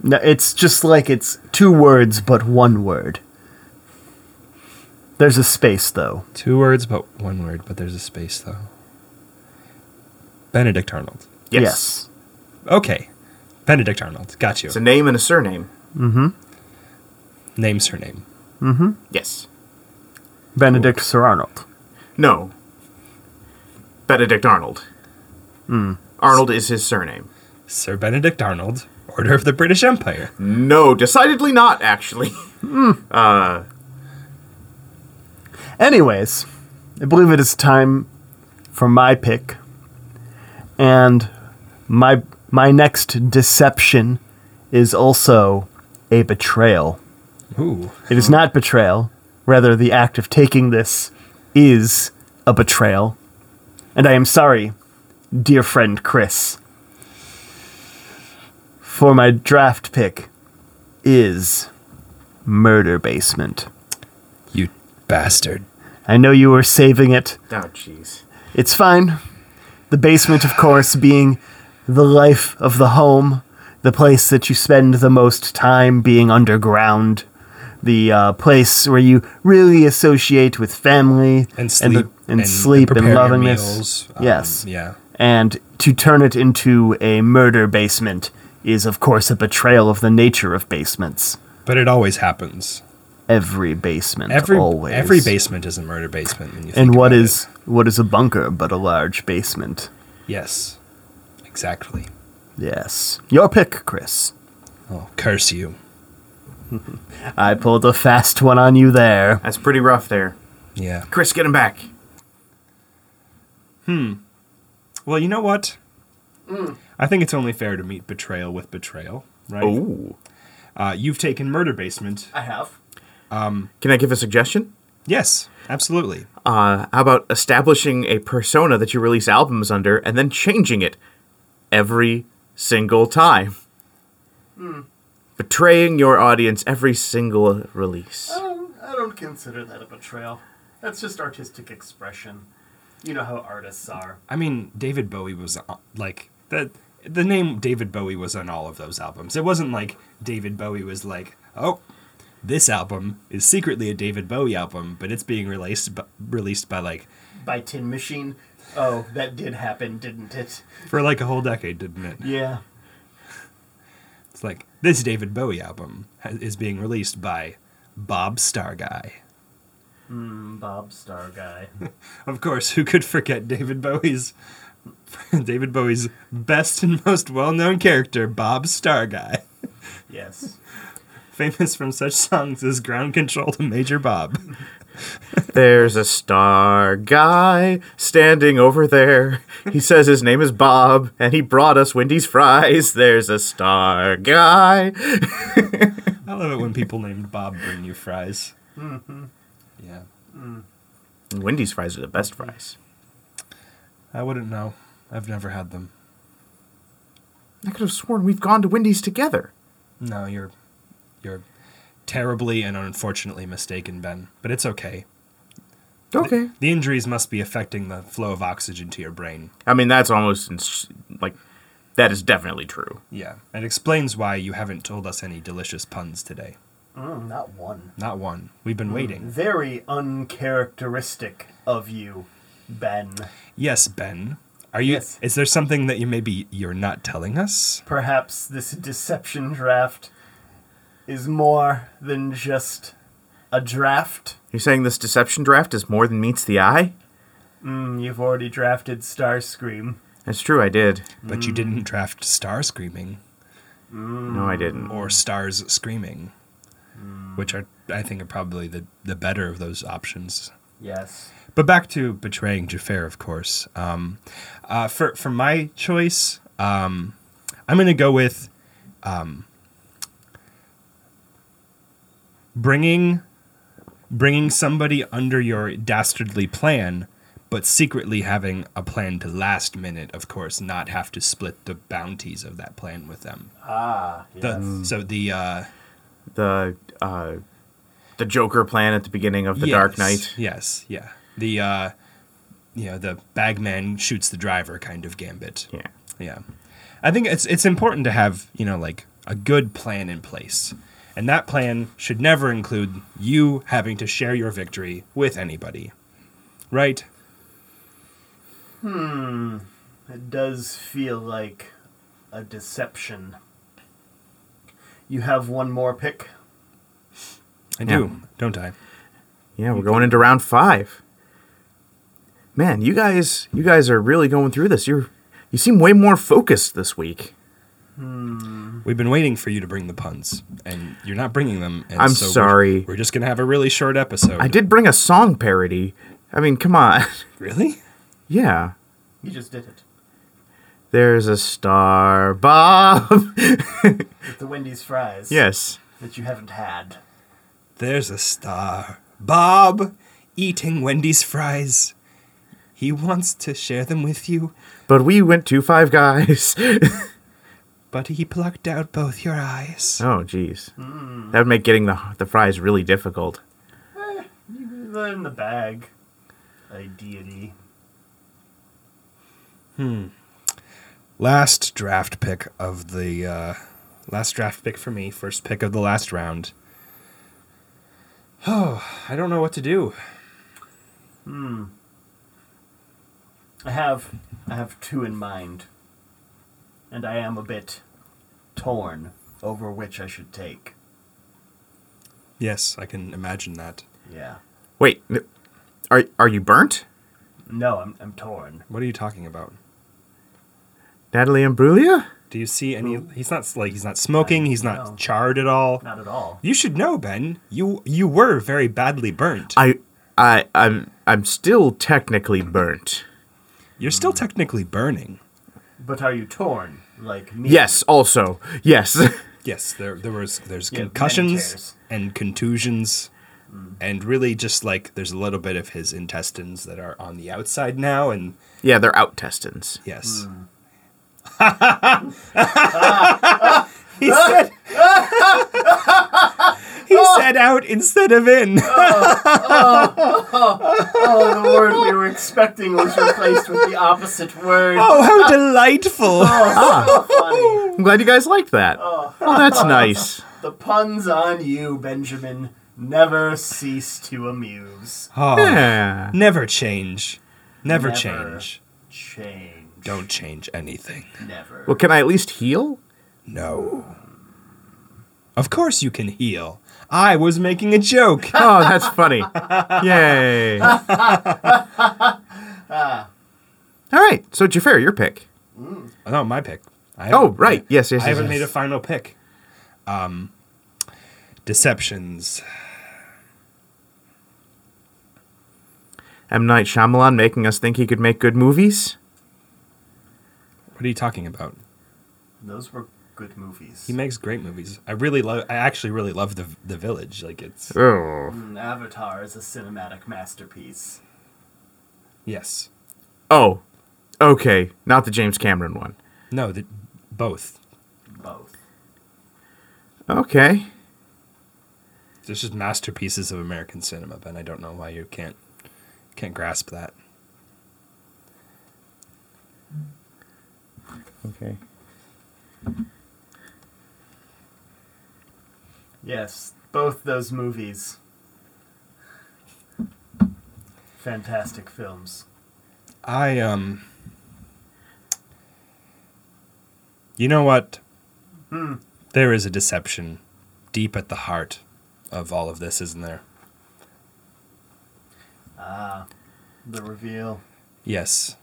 Speaker 1: No, it's just like it's two words but one word. There's a space though.
Speaker 2: Two words, but one word, but there's a space though. Benedict Arnold.
Speaker 3: Yes.
Speaker 2: Okay. Benedict Arnold. Got you.
Speaker 3: It's a name and a surname.
Speaker 2: Name, surname.
Speaker 3: Yes.
Speaker 1: Benedict Sir Arnold.
Speaker 3: No. Benedict Arnold. Hmm. Arnold is his surname.
Speaker 2: Sir Benedict Arnold, Order of the British Empire.
Speaker 3: No, decidedly not, actually. [LAUGHS]
Speaker 1: Anyways, I believe it is time for my pick. And my my next deception is also a betrayal.
Speaker 2: Ooh.
Speaker 1: It is not betrayal, rather the act of taking this is a betrayal. And I am sorry, dear friend Chris. For my draft pick is Murder Basement.
Speaker 2: You bastard.
Speaker 1: I know you were saving it.
Speaker 3: Oh, jeez.
Speaker 1: It's fine. The basement, of course, being the life of the home, the place that you spend the most time being underground, the uh, place where you really associate with family
Speaker 2: And sleep.
Speaker 1: the- and, sleep and,
Speaker 2: prepare your
Speaker 1: lovingness.
Speaker 2: meals. Um,
Speaker 1: yes.
Speaker 2: Yeah.
Speaker 1: And to turn it into a murder basement is, of course, a betrayal of the nature of basements.
Speaker 2: But it always happens.
Speaker 1: Every basement,
Speaker 2: Every
Speaker 1: always.
Speaker 2: every basement is a murder basement. When you
Speaker 1: And
Speaker 2: think
Speaker 1: what
Speaker 2: about
Speaker 1: is what is a bunker but a large basement?
Speaker 2: it. Yes. Exactly.
Speaker 1: Yes. Your pick, Chris.
Speaker 2: Oh, curse you.
Speaker 1: I pulled a fast one on you there.
Speaker 3: That's pretty rough there.
Speaker 2: Yeah.
Speaker 3: Chris, get him back.
Speaker 2: Well, you know what? I think it's only fair to meet betrayal with betrayal, right?
Speaker 3: Oh.
Speaker 2: Uh, you've taken murder basement.
Speaker 1: I have.
Speaker 3: Can I give a suggestion?
Speaker 2: Yes, absolutely.
Speaker 3: Uh, how about establishing a persona that you release albums under and then changing it every single time? Betraying your audience every single release.
Speaker 1: Um, I don't consider that a betrayal. That's just artistic expression. You know how artists are.
Speaker 2: I mean, David Bowie was on, like that. The name David Bowie was on all of those albums. It wasn't like David Bowie was like, "Oh, this album is secretly a David Bowie album, but it's being released b- released by like
Speaker 1: By Tin Machine. Oh, that did happen, didn't it?
Speaker 2: for like a whole decade, didn't it?"
Speaker 1: Yeah.
Speaker 2: It's like this David Bowie album ha- is being released by Bob Starguy.
Speaker 1: Mm, Bob Star guy.
Speaker 2: Of course, who could forget David Bowie's [LAUGHS] David Bowie's best and most well-known character, Bob Starguy.
Speaker 1: yes. [LAUGHS]
Speaker 2: famous from such songs as Ground Control to Major Bob.
Speaker 3: There's a star guy standing over there. [LAUGHS] He says his name is Bob and he brought us Wendy's fries. There's a star guy.
Speaker 2: I love it when people named Bob bring you fries. Yeah.
Speaker 3: Wendy's fries are the best fries.
Speaker 2: I wouldn't know. I've never had them.
Speaker 3: I could have sworn we've gone to Wendy's together.
Speaker 2: No, you're you're terribly and unfortunately mistaken, Ben. But it's okay.
Speaker 3: Okay.
Speaker 2: The injuries must be affecting the flow of oxygen to your brain.
Speaker 3: I mean, that's almost ins- like that is definitely true.
Speaker 2: Yeah. It explains why you haven't told us any delicious puns today.
Speaker 1: Mm, not one.
Speaker 2: Not one. We've been waiting.
Speaker 1: Very uncharacteristic of you, Ben.
Speaker 2: Yes, Ben. Are you
Speaker 1: Yes.
Speaker 2: is there something that you maybe you're not telling us?
Speaker 1: Perhaps this deception draft is more than just a draft.
Speaker 3: You're saying this deception draft is more than meets the eye?
Speaker 1: Mm, you've already drafted Starscream.
Speaker 3: That's true, I did.
Speaker 2: But you didn't draft Star Screaming.
Speaker 3: No, I didn't.
Speaker 2: or stars screaming, which are I think are probably the the better of those options.
Speaker 1: Yes.
Speaker 2: But back to betraying Jafar, of course. Um, uh, for for my choice, um, I'm going to go with um, bringing bringing somebody under your dastardly plan, but secretly having a plan to last minute, of course, not have to split the bounties of that plan with them.
Speaker 1: Ah, yes.
Speaker 2: The, So the uh,
Speaker 3: The uh, the Joker plan at the beginning of the Dark
Speaker 2: Yes,
Speaker 3: Knight.
Speaker 2: Yes, yeah. The uh you know, the bagman shoots the driver kind of gambit.
Speaker 3: Yeah.
Speaker 2: Yeah. I think it's it's important to have, you know, like a good plan in place. And that plan should never include you having to share your victory with anybody. Right?
Speaker 1: It does feel like a deception. You have one more pick.
Speaker 2: I
Speaker 3: Yeah.
Speaker 2: do, don't I?
Speaker 3: Yeah, we're going into round five. Man, you guys, you guys are really going through this. You're, you seem way more focused this week.
Speaker 2: We've been waiting for you to bring the puns, and you're not bringing them. And
Speaker 3: I'm
Speaker 2: we're-
Speaker 3: sorry.
Speaker 2: We're, just gonna have a really short episode.
Speaker 3: I did bring a song parody. I mean, come on. [LAUGHS]
Speaker 2: really.
Speaker 3: yeah.
Speaker 1: You just did it.
Speaker 3: There's a star, Bob. [LAUGHS]
Speaker 1: With the Wendy's fries.
Speaker 3: yes.
Speaker 1: That you haven't had.
Speaker 2: There's a star. Bob eating Wendy's fries. He wants to share them with you,
Speaker 3: But we went to Five Guys.
Speaker 2: but he plucked out both your eyes.
Speaker 3: [LAUGHS] Oh, jeez. That would make getting the the fries really difficult.
Speaker 1: They're in the bag. A deity.
Speaker 2: Last draft pick of the uh, last draft pick for me. First pick of the last round. [SIGHS] Oh, I don't know what to do.
Speaker 1: I have I have two in mind. And I am a bit torn over which I should take.
Speaker 2: Yes, I can imagine that.
Speaker 1: Yeah.
Speaker 3: Wait, n- are are you burnt,
Speaker 1: No, I'm I'm torn.
Speaker 2: What are you talking about?
Speaker 3: Natalie Imbruglia?
Speaker 2: Do you see any? He's not like he's not smoking. He's not
Speaker 1: No.
Speaker 2: charred at all.
Speaker 1: Not at all.
Speaker 2: You should know, Ben. You you were very badly burnt.
Speaker 3: I I I'm I'm still technically burnt.
Speaker 2: You're still technically burning.
Speaker 1: But are you torn like me?
Speaker 3: Yes, also. Yes. [LAUGHS]
Speaker 2: Yes, there there was there's
Speaker 1: Yeah, many
Speaker 2: concussions
Speaker 1: tears.
Speaker 2: and contusions, and really just like there's a little bit of his intestines that are on the outside now, and
Speaker 3: yeah, they're out testins.
Speaker 2: yes. [LAUGHS] he said. he said out instead of in. [LAUGHS]
Speaker 1: Oh, the word we were expecting was replaced with the opposite word. Oh,
Speaker 2: oh, Ah. how delightful!
Speaker 1: [LAUGHS] Funny.
Speaker 3: I'm glad you guys liked that. Oh, that's nice.
Speaker 1: The puns on you, Benjamin, never cease to amuse.
Speaker 2: Oh,
Speaker 3: Yeah.
Speaker 2: Never change. Never,
Speaker 1: Never.
Speaker 2: change.
Speaker 1: Change.
Speaker 2: Don't change anything.
Speaker 1: Never.
Speaker 3: Well, can I at least heal?
Speaker 2: No. Of course you can heal. I was making a joke.
Speaker 3: Oh, that's funny.
Speaker 2: [LAUGHS]
Speaker 3: Yay. All right. So, Jafar, your pick.
Speaker 2: no, Oh, my pick. I
Speaker 3: Oh,
Speaker 2: haven't-
Speaker 3: right. Yes, yes,
Speaker 2: I
Speaker 3: yes.
Speaker 2: haven't [LAUGHS]
Speaker 3: yes.
Speaker 2: made a final pick. Um, deceptions.
Speaker 3: M. Night Shyamalan making us think he could make good movies?
Speaker 2: What are you talking about?
Speaker 1: Those were good movies.
Speaker 2: He makes great movies. I really love. I actually really love the the village. Like it's
Speaker 3: Oh.
Speaker 1: Mm, Avatar is a cinematic masterpiece.
Speaker 2: yes.
Speaker 3: Oh. Okay. Not the James Cameron one.
Speaker 2: No, the, both.
Speaker 1: Both.
Speaker 3: Okay.
Speaker 2: There's just masterpieces of American cinema, Ben. I don't know why you can't can't grasp that.
Speaker 3: Okay.
Speaker 1: Yes, both those movies. Fantastic films.
Speaker 2: I um. You know what? There is a deception deep at the heart of all of this, isn't there?
Speaker 1: Ah, the reveal.
Speaker 2: Yes.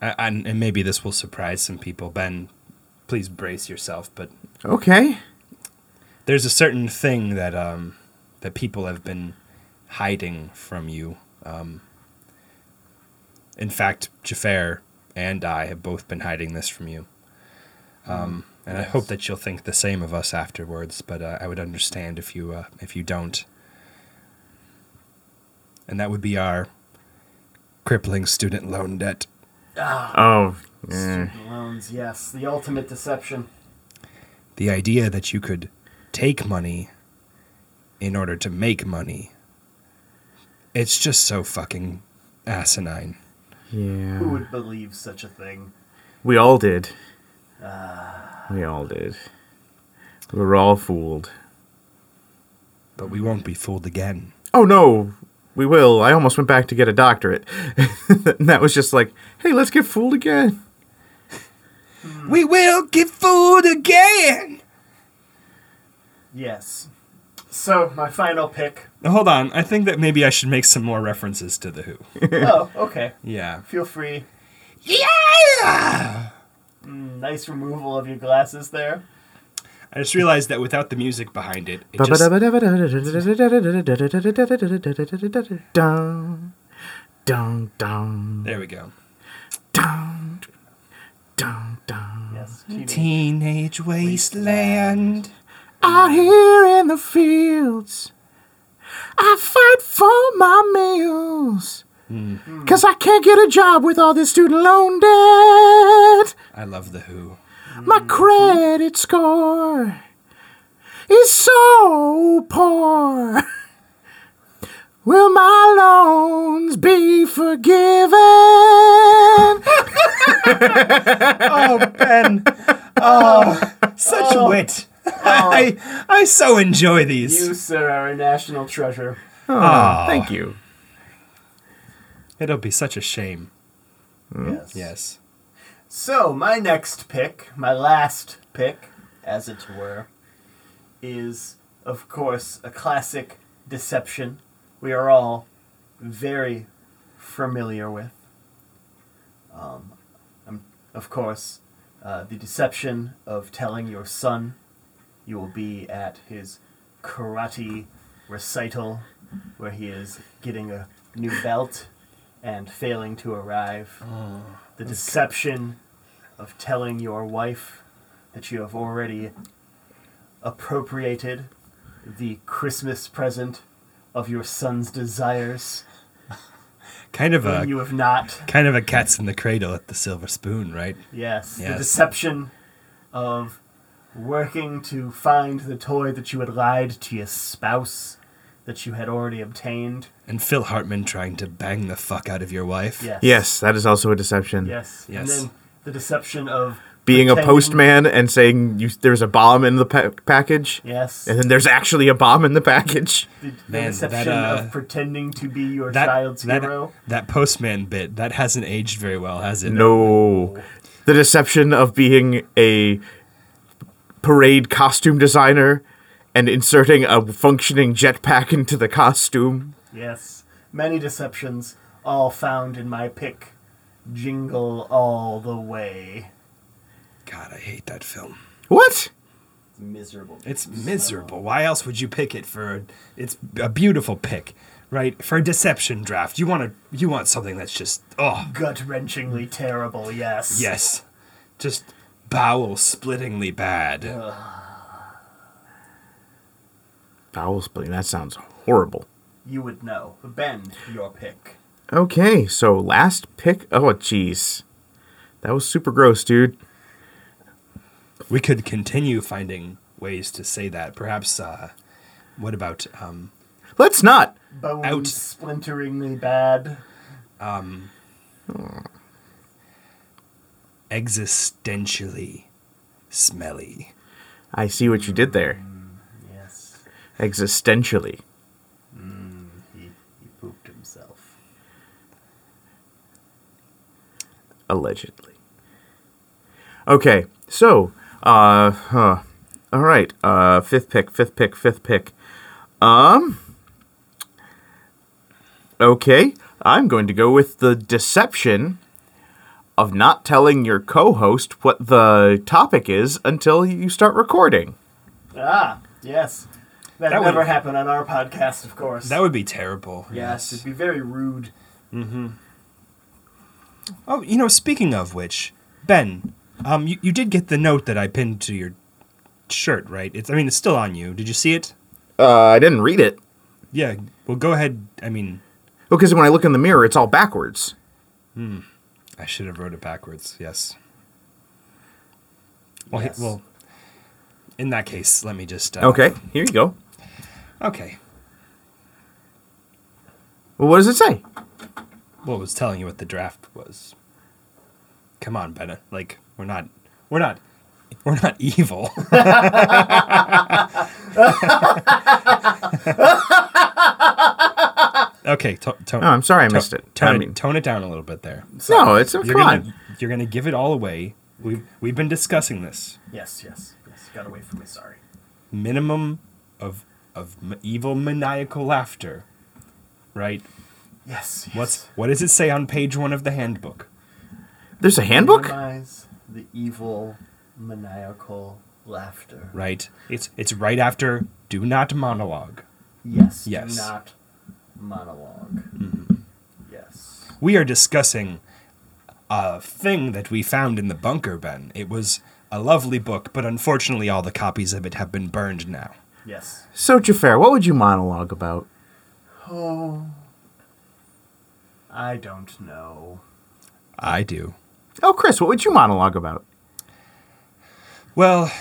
Speaker 2: Um. a- And, and maybe this will surprise some people, Ben. Please brace yourself. But
Speaker 3: Okay.
Speaker 2: there's a certain thing that um, that people have been hiding from you. Um, in fact, Jafar and I have both been hiding this from you. Um, and I hope that you'll think the same of us afterwards. But uh, I would understand if you uh, if you don't. And that would be our crippling student loan debt.
Speaker 3: Oh.
Speaker 2: Mm.
Speaker 3: eh.
Speaker 1: Student loans, yes, the ultimate deception.
Speaker 2: the idea that you could take money in order to make money it's just so fucking asinine
Speaker 1: Who
Speaker 3: Yeah.
Speaker 1: would believe such a thing?
Speaker 3: We all did. We all did. We were all fooled.
Speaker 2: but we won't be fooled again
Speaker 3: oh no we will i almost went back to get a doctorate and that was just like hey let's get fooled again
Speaker 2: we will get fooled again
Speaker 1: Yes. So, my final pick.
Speaker 2: hold on i think that maybe i should make some more references to the who
Speaker 1: oh, okay.
Speaker 2: yeah
Speaker 1: Feel free.
Speaker 2: yeah
Speaker 1: Mm, nice removal of your glasses there.
Speaker 2: i just realized that without the music behind it it just
Speaker 3: Dun, dun, dun,
Speaker 2: there we go
Speaker 3: dun, dun, dun.
Speaker 1: Yes. teenage-
Speaker 2: teenage wasteland
Speaker 3: out here in the fields i fight for my meals Because I can't get a job with all this student loan debt.
Speaker 2: I love The Who.
Speaker 3: My credit score is so poor. [LAUGHS] Will my loans be forgiven?
Speaker 2: Ben. Oh, such
Speaker 1: Oh.
Speaker 2: wit. I, I so enjoy these.
Speaker 1: You, sir, are a national treasure.
Speaker 3: Thank you.
Speaker 2: It'll be such a shame.
Speaker 1: Yes.
Speaker 2: Yes.
Speaker 1: So, my next pick, my last pick, as it were, is, of course, a classic deception we are all very familiar with. Um, um, of course, uh, the deception of telling your son you will be at his karate recital where he is getting a new belt and failing to arrive the deception of telling your wife that you have already appropriated the Christmas present of your son's desires
Speaker 2: Kind of
Speaker 1: when
Speaker 2: a
Speaker 1: you have not.
Speaker 2: kind of a cat's in the cradle at the silver spoon, right?
Speaker 1: Yes, the
Speaker 2: Yes.
Speaker 1: deception of working to find the toy that you had lied to your spouse that you had already obtained.
Speaker 2: And Phil Hartman trying to bang the fuck out of your wife.
Speaker 1: Yes.
Speaker 3: Yes, that is also a deception.
Speaker 1: Yes. And
Speaker 2: Yes.
Speaker 1: then the deception of
Speaker 3: Being a
Speaker 1: pretending-
Speaker 3: postman and saying you, there's a bomb in the pa- package,
Speaker 1: Yes.
Speaker 3: and then there's actually a bomb in the package.
Speaker 1: The, the
Speaker 2: Man,
Speaker 1: deception
Speaker 2: that, uh,
Speaker 1: of pretending to be your
Speaker 2: That,
Speaker 1: child's
Speaker 2: that,
Speaker 1: hero.
Speaker 2: that postman bit, that hasn't aged very well, has it?
Speaker 3: No. The deception of being a parade costume designer and inserting a functioning jetpack into the costume.
Speaker 1: Yes, many deceptions, all found in my pick. Jingle all the way.
Speaker 2: God, I hate that film.
Speaker 3: What?
Speaker 1: Miserable.
Speaker 2: It's miserable. Why else would you pick it for? A, it's a beautiful pick, right? For a deception draft, you want to you want something that's just oh
Speaker 1: Gut wrenchingly terrible, yes.
Speaker 2: yes, just bowel splittingly bad.
Speaker 3: Bowel splitting. That sounds horrible.
Speaker 1: You would know. Ben, your pick.
Speaker 3: Okay, so last pick. Oh, jeez. That was super gross, dude.
Speaker 2: We could continue finding ways to say that. Perhaps uh, what about um,
Speaker 3: Let's not.
Speaker 1: Bones
Speaker 2: Out.
Speaker 1: splinteringly bad.
Speaker 2: um, existentially smelly?
Speaker 3: I see what you did there.
Speaker 1: Yes,
Speaker 3: Existentially.
Speaker 1: he, he pooped himself.
Speaker 3: Allegedly. Okay, so, uh, huh. All right, uh, fifth pick, fifth pick, fifth pick. Um, okay, I'm going to go with the deception of not telling your co host what the topic is until you start recording.
Speaker 1: Ah, yes. That,
Speaker 2: That would-
Speaker 1: never happened on our podcast, of course.
Speaker 2: That would be terrible.
Speaker 1: yes, it'd be very rude.
Speaker 2: Oh, you know, speaking of which, Ben, um, you, you did get the note that I pinned to your shirt, right? It's I mean, it's still on you. Did you see it?
Speaker 3: Uh, I didn't read it
Speaker 2: Yeah. Well, go ahead. I mean,
Speaker 3: because when I look in the mirror, it's all backwards.
Speaker 2: I should have wrote it backwards. Yes. Well, he-
Speaker 1: Yes.
Speaker 2: well. In that case, let me just. Uh,
Speaker 3: Okay, here you go.
Speaker 2: Okay.
Speaker 3: Well, what does it say?
Speaker 2: Well, I was telling you what the draft was. Come on, Ben. Like we're not, we're not, we're not [LAUGHS] evil. okay, to- to-
Speaker 3: Oh, I'm sorry I missed it.
Speaker 2: Tone,
Speaker 3: I mean-
Speaker 2: tone it down a little bit there.
Speaker 3: No, it's oh,
Speaker 2: You're
Speaker 3: come on.
Speaker 2: gonna, you're gonna give it all away. We've we've been discussing this
Speaker 1: Yes, yes, yes. Got away from me, sorry.
Speaker 2: minimum of of m- evil maniacal laughter, right?
Speaker 1: Yes, yes.
Speaker 2: What's what does it say on page one of the handbook?
Speaker 3: There's a handbook.
Speaker 1: Minimize the evil, maniacal laughter.
Speaker 2: right? It's it's right after do not monologue.
Speaker 1: Yes. do
Speaker 2: Yes. Mm-hmm.
Speaker 1: Not monolog Yes.
Speaker 2: We are discussing a thing that we found in the bunker, Ben. It was a lovely book, but unfortunately all the copies of it have been burned now.
Speaker 1: Yes.
Speaker 3: So Jafar, what would you monologue about?
Speaker 1: Oh. I don't know.
Speaker 2: I do.
Speaker 3: Oh, Chris, what would you monologue about?
Speaker 2: Well,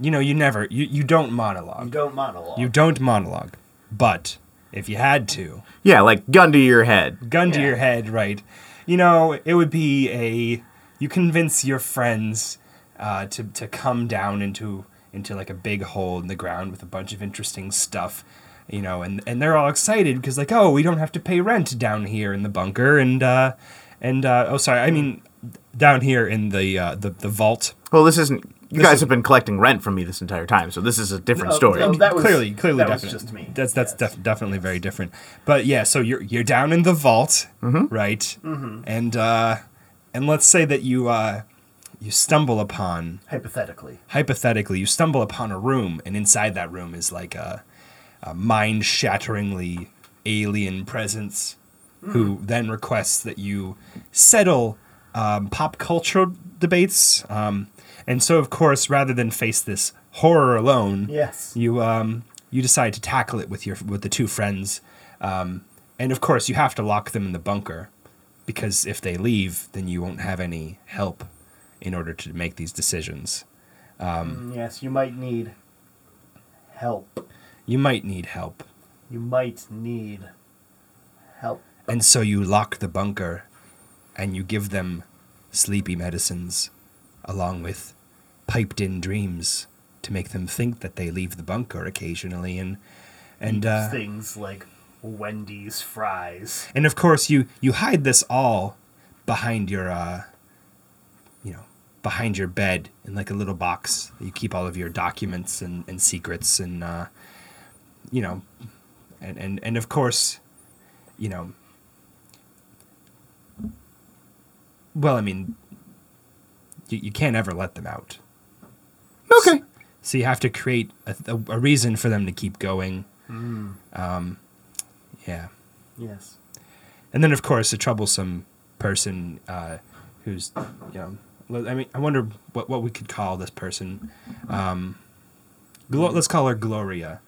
Speaker 2: you know, you never, you, you don't monologue.
Speaker 1: You don't monologue.
Speaker 2: You don't monologue. But if you had to,
Speaker 3: Yeah, like gun to your head.
Speaker 2: gun to
Speaker 1: Yeah.
Speaker 2: your head, right? You know, it would be a you convince your friends uh, to to come down into into like a big hole in the ground with a bunch of interesting stuff, you know, and and they're all excited because like oh we don't have to pay rent down here in the bunker and uh, and uh, oh sorry I mean down here in the uh, the the vault.
Speaker 3: Well, this isn't. You
Speaker 2: This
Speaker 3: guys
Speaker 2: is- Oh,
Speaker 3: have been collecting rent from me this entire time, so this is a different story.
Speaker 1: no, that was-
Speaker 2: clearly, clearly,
Speaker 1: that was
Speaker 2: definite-
Speaker 1: just me.
Speaker 2: That's that's
Speaker 1: Yes.
Speaker 2: def- definitely very different. But yeah, so you're you're down in the vault, right?
Speaker 1: Mm-hmm.
Speaker 2: And uh, and let's say that you uh, you stumble upon
Speaker 1: Hypothetically.
Speaker 2: hypothetically you stumble upon a room, and inside that room is like a, a mind-shatteringly alien presence,
Speaker 1: Mm.
Speaker 2: who then requests that you settle um, pop culture debates. Um, and so, of course, rather than face this horror alone,
Speaker 1: Yes.
Speaker 2: you um you decide to tackle it with your with the two friends, um, and of course you have to lock them in the bunker, because if they leave, then you won't have any help in order to make these decisions.
Speaker 1: Yes, you might need help.
Speaker 2: You might need help,
Speaker 1: You might need help.
Speaker 2: and so you lock the bunker, and you give them sleepy medicines, along with piped in dreams to make them think that they leave the bunker occasionally, and and uh,
Speaker 1: Things like Wendy's fries.
Speaker 2: And of course, you you hide this all behind your, uh, you know, behind your bed in like a little box. You keep all of your documents and, and secrets, and uh, you know, and, and and of course, you know. Well, I mean, you, you can't ever let them out.
Speaker 3: okay.
Speaker 2: So you have to create a, a, a reason for them to keep going. Um, yeah.
Speaker 1: Yes.
Speaker 2: And then, of course, a troublesome person uh, who's, you know, l- I mean, I wonder what, what we could call this person. Um, Glo- let's call her Gloria.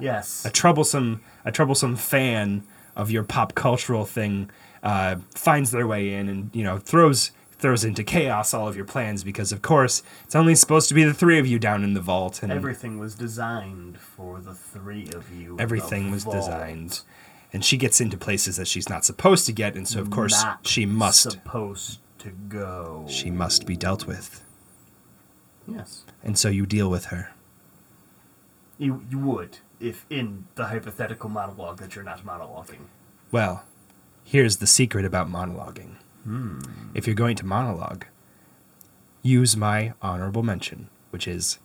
Speaker 1: Yes.
Speaker 2: A troublesome, a troublesome fan of your pop cultural thing uh, finds their way in and you know throws throws into chaos all of your plans because, of course, it's only supposed to be the three of you down in the vault, and
Speaker 1: Everything was designed for the three of you. in the
Speaker 2: everything was
Speaker 1: vault.
Speaker 2: designed. And she gets into places that she's not supposed to get, and so of course
Speaker 1: Not
Speaker 2: she must.
Speaker 1: supposed to go.
Speaker 2: She must be dealt with.
Speaker 1: Yes.
Speaker 2: And so you deal with her.
Speaker 1: You you would if in the hypothetical monologue that you're not monologuing.
Speaker 2: Well, here's the secret about monologuing.
Speaker 1: Hmm.
Speaker 2: If you're going to monologue, use my honorable mention, which is.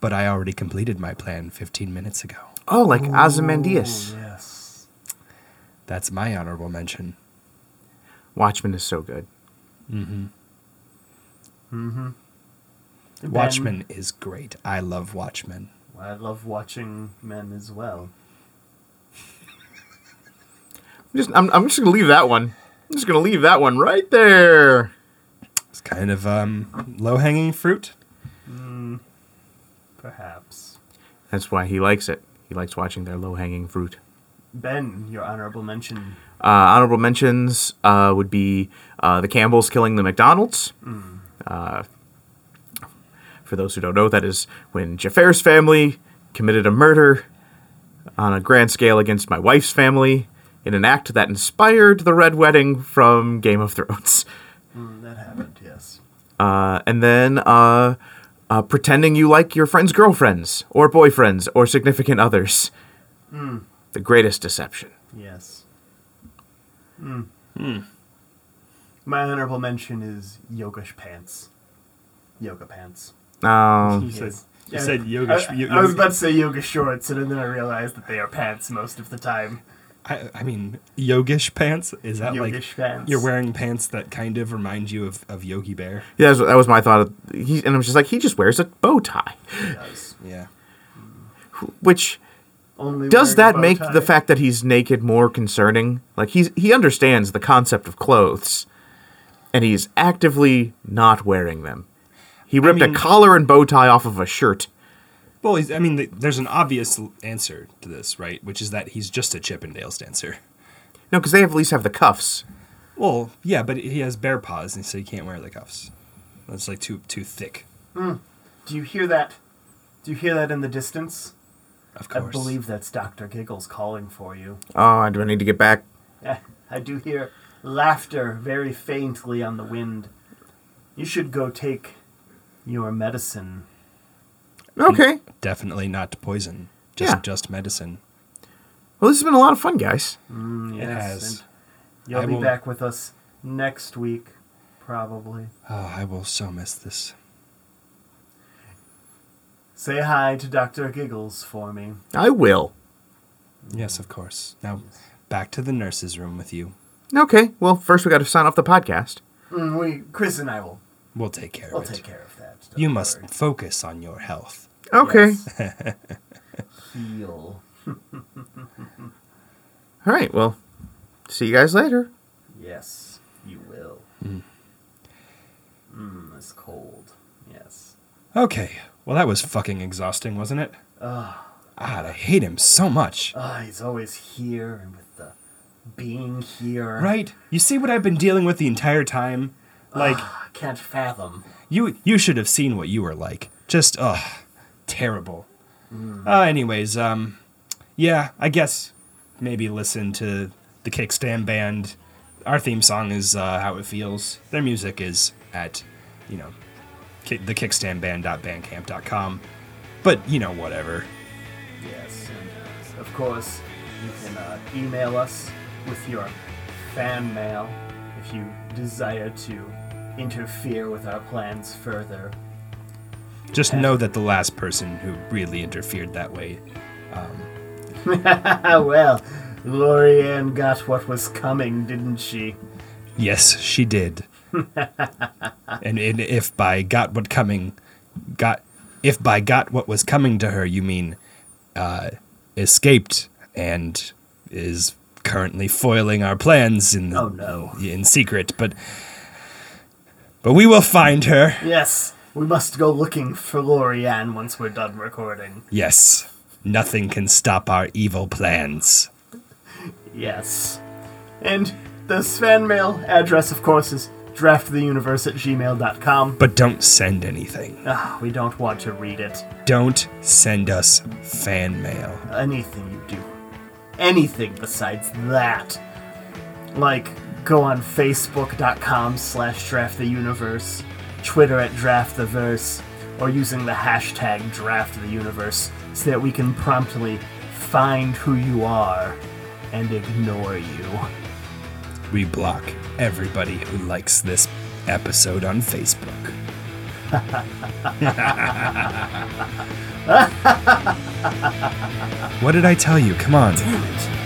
Speaker 2: But I already completed my plan 15 minutes ago.
Speaker 3: Oh, like Ozymandias.
Speaker 1: Ooh, yes.
Speaker 2: That's my honorable mention.
Speaker 3: Watchmen is so good.
Speaker 1: And
Speaker 2: Watchmen is great. I love Watchmen.
Speaker 1: Ben, I love watching men as well.
Speaker 3: I'm just, I'm, I'm just gonna leave that one. I'm just gonna leave that one right there.
Speaker 2: It's kind of um, low hanging fruit.
Speaker 1: Perhaps.
Speaker 3: That's why he likes it. He likes watching their low hanging fruit.
Speaker 1: Ben, your honorable mention.
Speaker 3: Uh, honorable mentions uh, would be uh, the Campbells killing the McDonald's. Uh, for those who don't know, that is when Jaffar's family committed a murder on a grand scale against my wife's family in an act that inspired the Red Wedding from Game of Thrones.
Speaker 1: Mm, that happened, yes.
Speaker 3: Uh, and then uh, uh, pretending you like your friend's girlfriends or boyfriends or significant others. The greatest deception.
Speaker 1: Yes. Hmm. My honorable mention is yogish pants. Yoga pants.
Speaker 3: Um,
Speaker 1: Yes. Yeah.
Speaker 2: you said yoga sh-
Speaker 1: I,
Speaker 2: yo-
Speaker 1: I was
Speaker 2: yoga-
Speaker 1: about to say yoga shorts, and then I realized that they are pants most of the time.
Speaker 2: I, I mean, yogish pants? Is that like.
Speaker 1: Yogish pants.
Speaker 2: You're wearing pants that kind of remind you of, of Yogi Bear.
Speaker 3: Yeah, that's, that was my thought. Of, he, and I'm just like, he just wears a bow tie.
Speaker 1: Yes.
Speaker 2: Yeah.
Speaker 3: Which
Speaker 1: Only
Speaker 3: does
Speaker 1: wearing a
Speaker 3: that
Speaker 1: bow
Speaker 3: make
Speaker 1: tie.
Speaker 3: the fact that he's naked more concerning? Like he's he understands the concept of clothes, and he's actively not wearing them. He ripped
Speaker 2: mean-
Speaker 3: a collar and bow tie off of a shirt.
Speaker 2: Well, he's, I mean, th- there's an obvious l- answer to this, right? Which is that he's just a Chippendales dancer.
Speaker 5: No, because they at least have the cuffs.
Speaker 2: Well, yeah, but he has bear paws, and so he can't wear the cuffs. That's like too too thick.
Speaker 1: Do you hear that? Do you hear that in the distance?
Speaker 2: Of
Speaker 1: I
Speaker 2: course.
Speaker 1: believe that's Dr. Giggles calling for you.
Speaker 5: Oh, do I need to get back?
Speaker 1: Eh, I do hear laughter very faintly on the wind. You should go take your medicine.
Speaker 5: Okay.
Speaker 2: Definitely not poison. Just
Speaker 5: Yeah.
Speaker 2: just medicine.
Speaker 5: Well, this has been a lot of fun, guys.
Speaker 1: Mm,
Speaker 2: It
Speaker 1: and
Speaker 2: has.
Speaker 1: You'll
Speaker 2: I
Speaker 1: be
Speaker 2: will-
Speaker 1: back with us next week, probably.
Speaker 2: Oh, I will so miss this.
Speaker 1: Say hi to Dr. Giggles for me.
Speaker 5: I will.
Speaker 2: Yes, of course. Now, back to the nurse's room with you.
Speaker 5: Okay. Well, first we got to sign off the podcast.
Speaker 1: Mm, we, Chris and I will
Speaker 2: We'll take care
Speaker 1: we'll
Speaker 2: of it.
Speaker 1: take care of that. Don't
Speaker 2: You must [LAUGHS]
Speaker 1: worry.
Speaker 2: focus on your health.
Speaker 5: Okay.
Speaker 1: Yes. Heal.
Speaker 5: All right. Well, see you guys later.
Speaker 1: Yes, you will.
Speaker 2: Hmm.
Speaker 1: Mm, it's cold. Yes.
Speaker 2: Okay. Well, that was fucking exhausting, wasn't it?
Speaker 1: Ugh.
Speaker 2: God, I hate him so much.
Speaker 1: Ah, he's always here and with the being here.
Speaker 2: Right? You see what I've been dealing with the entire time? Like
Speaker 1: I can't fathom.
Speaker 2: you you should have seen what you were like. Just ugh, terrible. Uh, anyways, um yeah, I guess maybe listen to the Kickstand band. Our theme song is uh, how it feels. Their music is at, you know, ki- the kickstandband.bandcamp.com. But, you know, whatever.
Speaker 1: Yes. And of course, you can uh, email us with your fan mail if you desire to interfere with our plans further.
Speaker 2: Just know that the last person who really interfered that way
Speaker 1: Ah, well, Lorianne got what was coming, didn't she?
Speaker 2: Yes,
Speaker 1: [LAUGHS]
Speaker 2: she did. and, and if by got what coming got if by got what was coming to her you mean uh, escaped and is currently foiling our plans in
Speaker 1: Oh, no.
Speaker 2: in secret but but we will find her.
Speaker 1: Yes, we must go looking for Lorianne once we're done recording.
Speaker 2: Yes. Nothing can stop our evil plans.
Speaker 1: Yes. And the fan mail address, of course, is drafttheuniverse at gmail.com.
Speaker 2: But don't send anything.
Speaker 1: Ah, we don't want to read it.
Speaker 2: Don't send us fan mail.
Speaker 1: Anything you do. Anything besides that. Like, go on facebook.com slash drafttheuniverse, Twitter at drafttheverse, or using the hashtag drafttheuniverse so that we can promptly find who you are and ignore you. [LAUGHS]
Speaker 2: We block everybody who likes this episode on Facebook. what did I tell you? Come on.
Speaker 1: Damn it.
Speaker 4: Oh,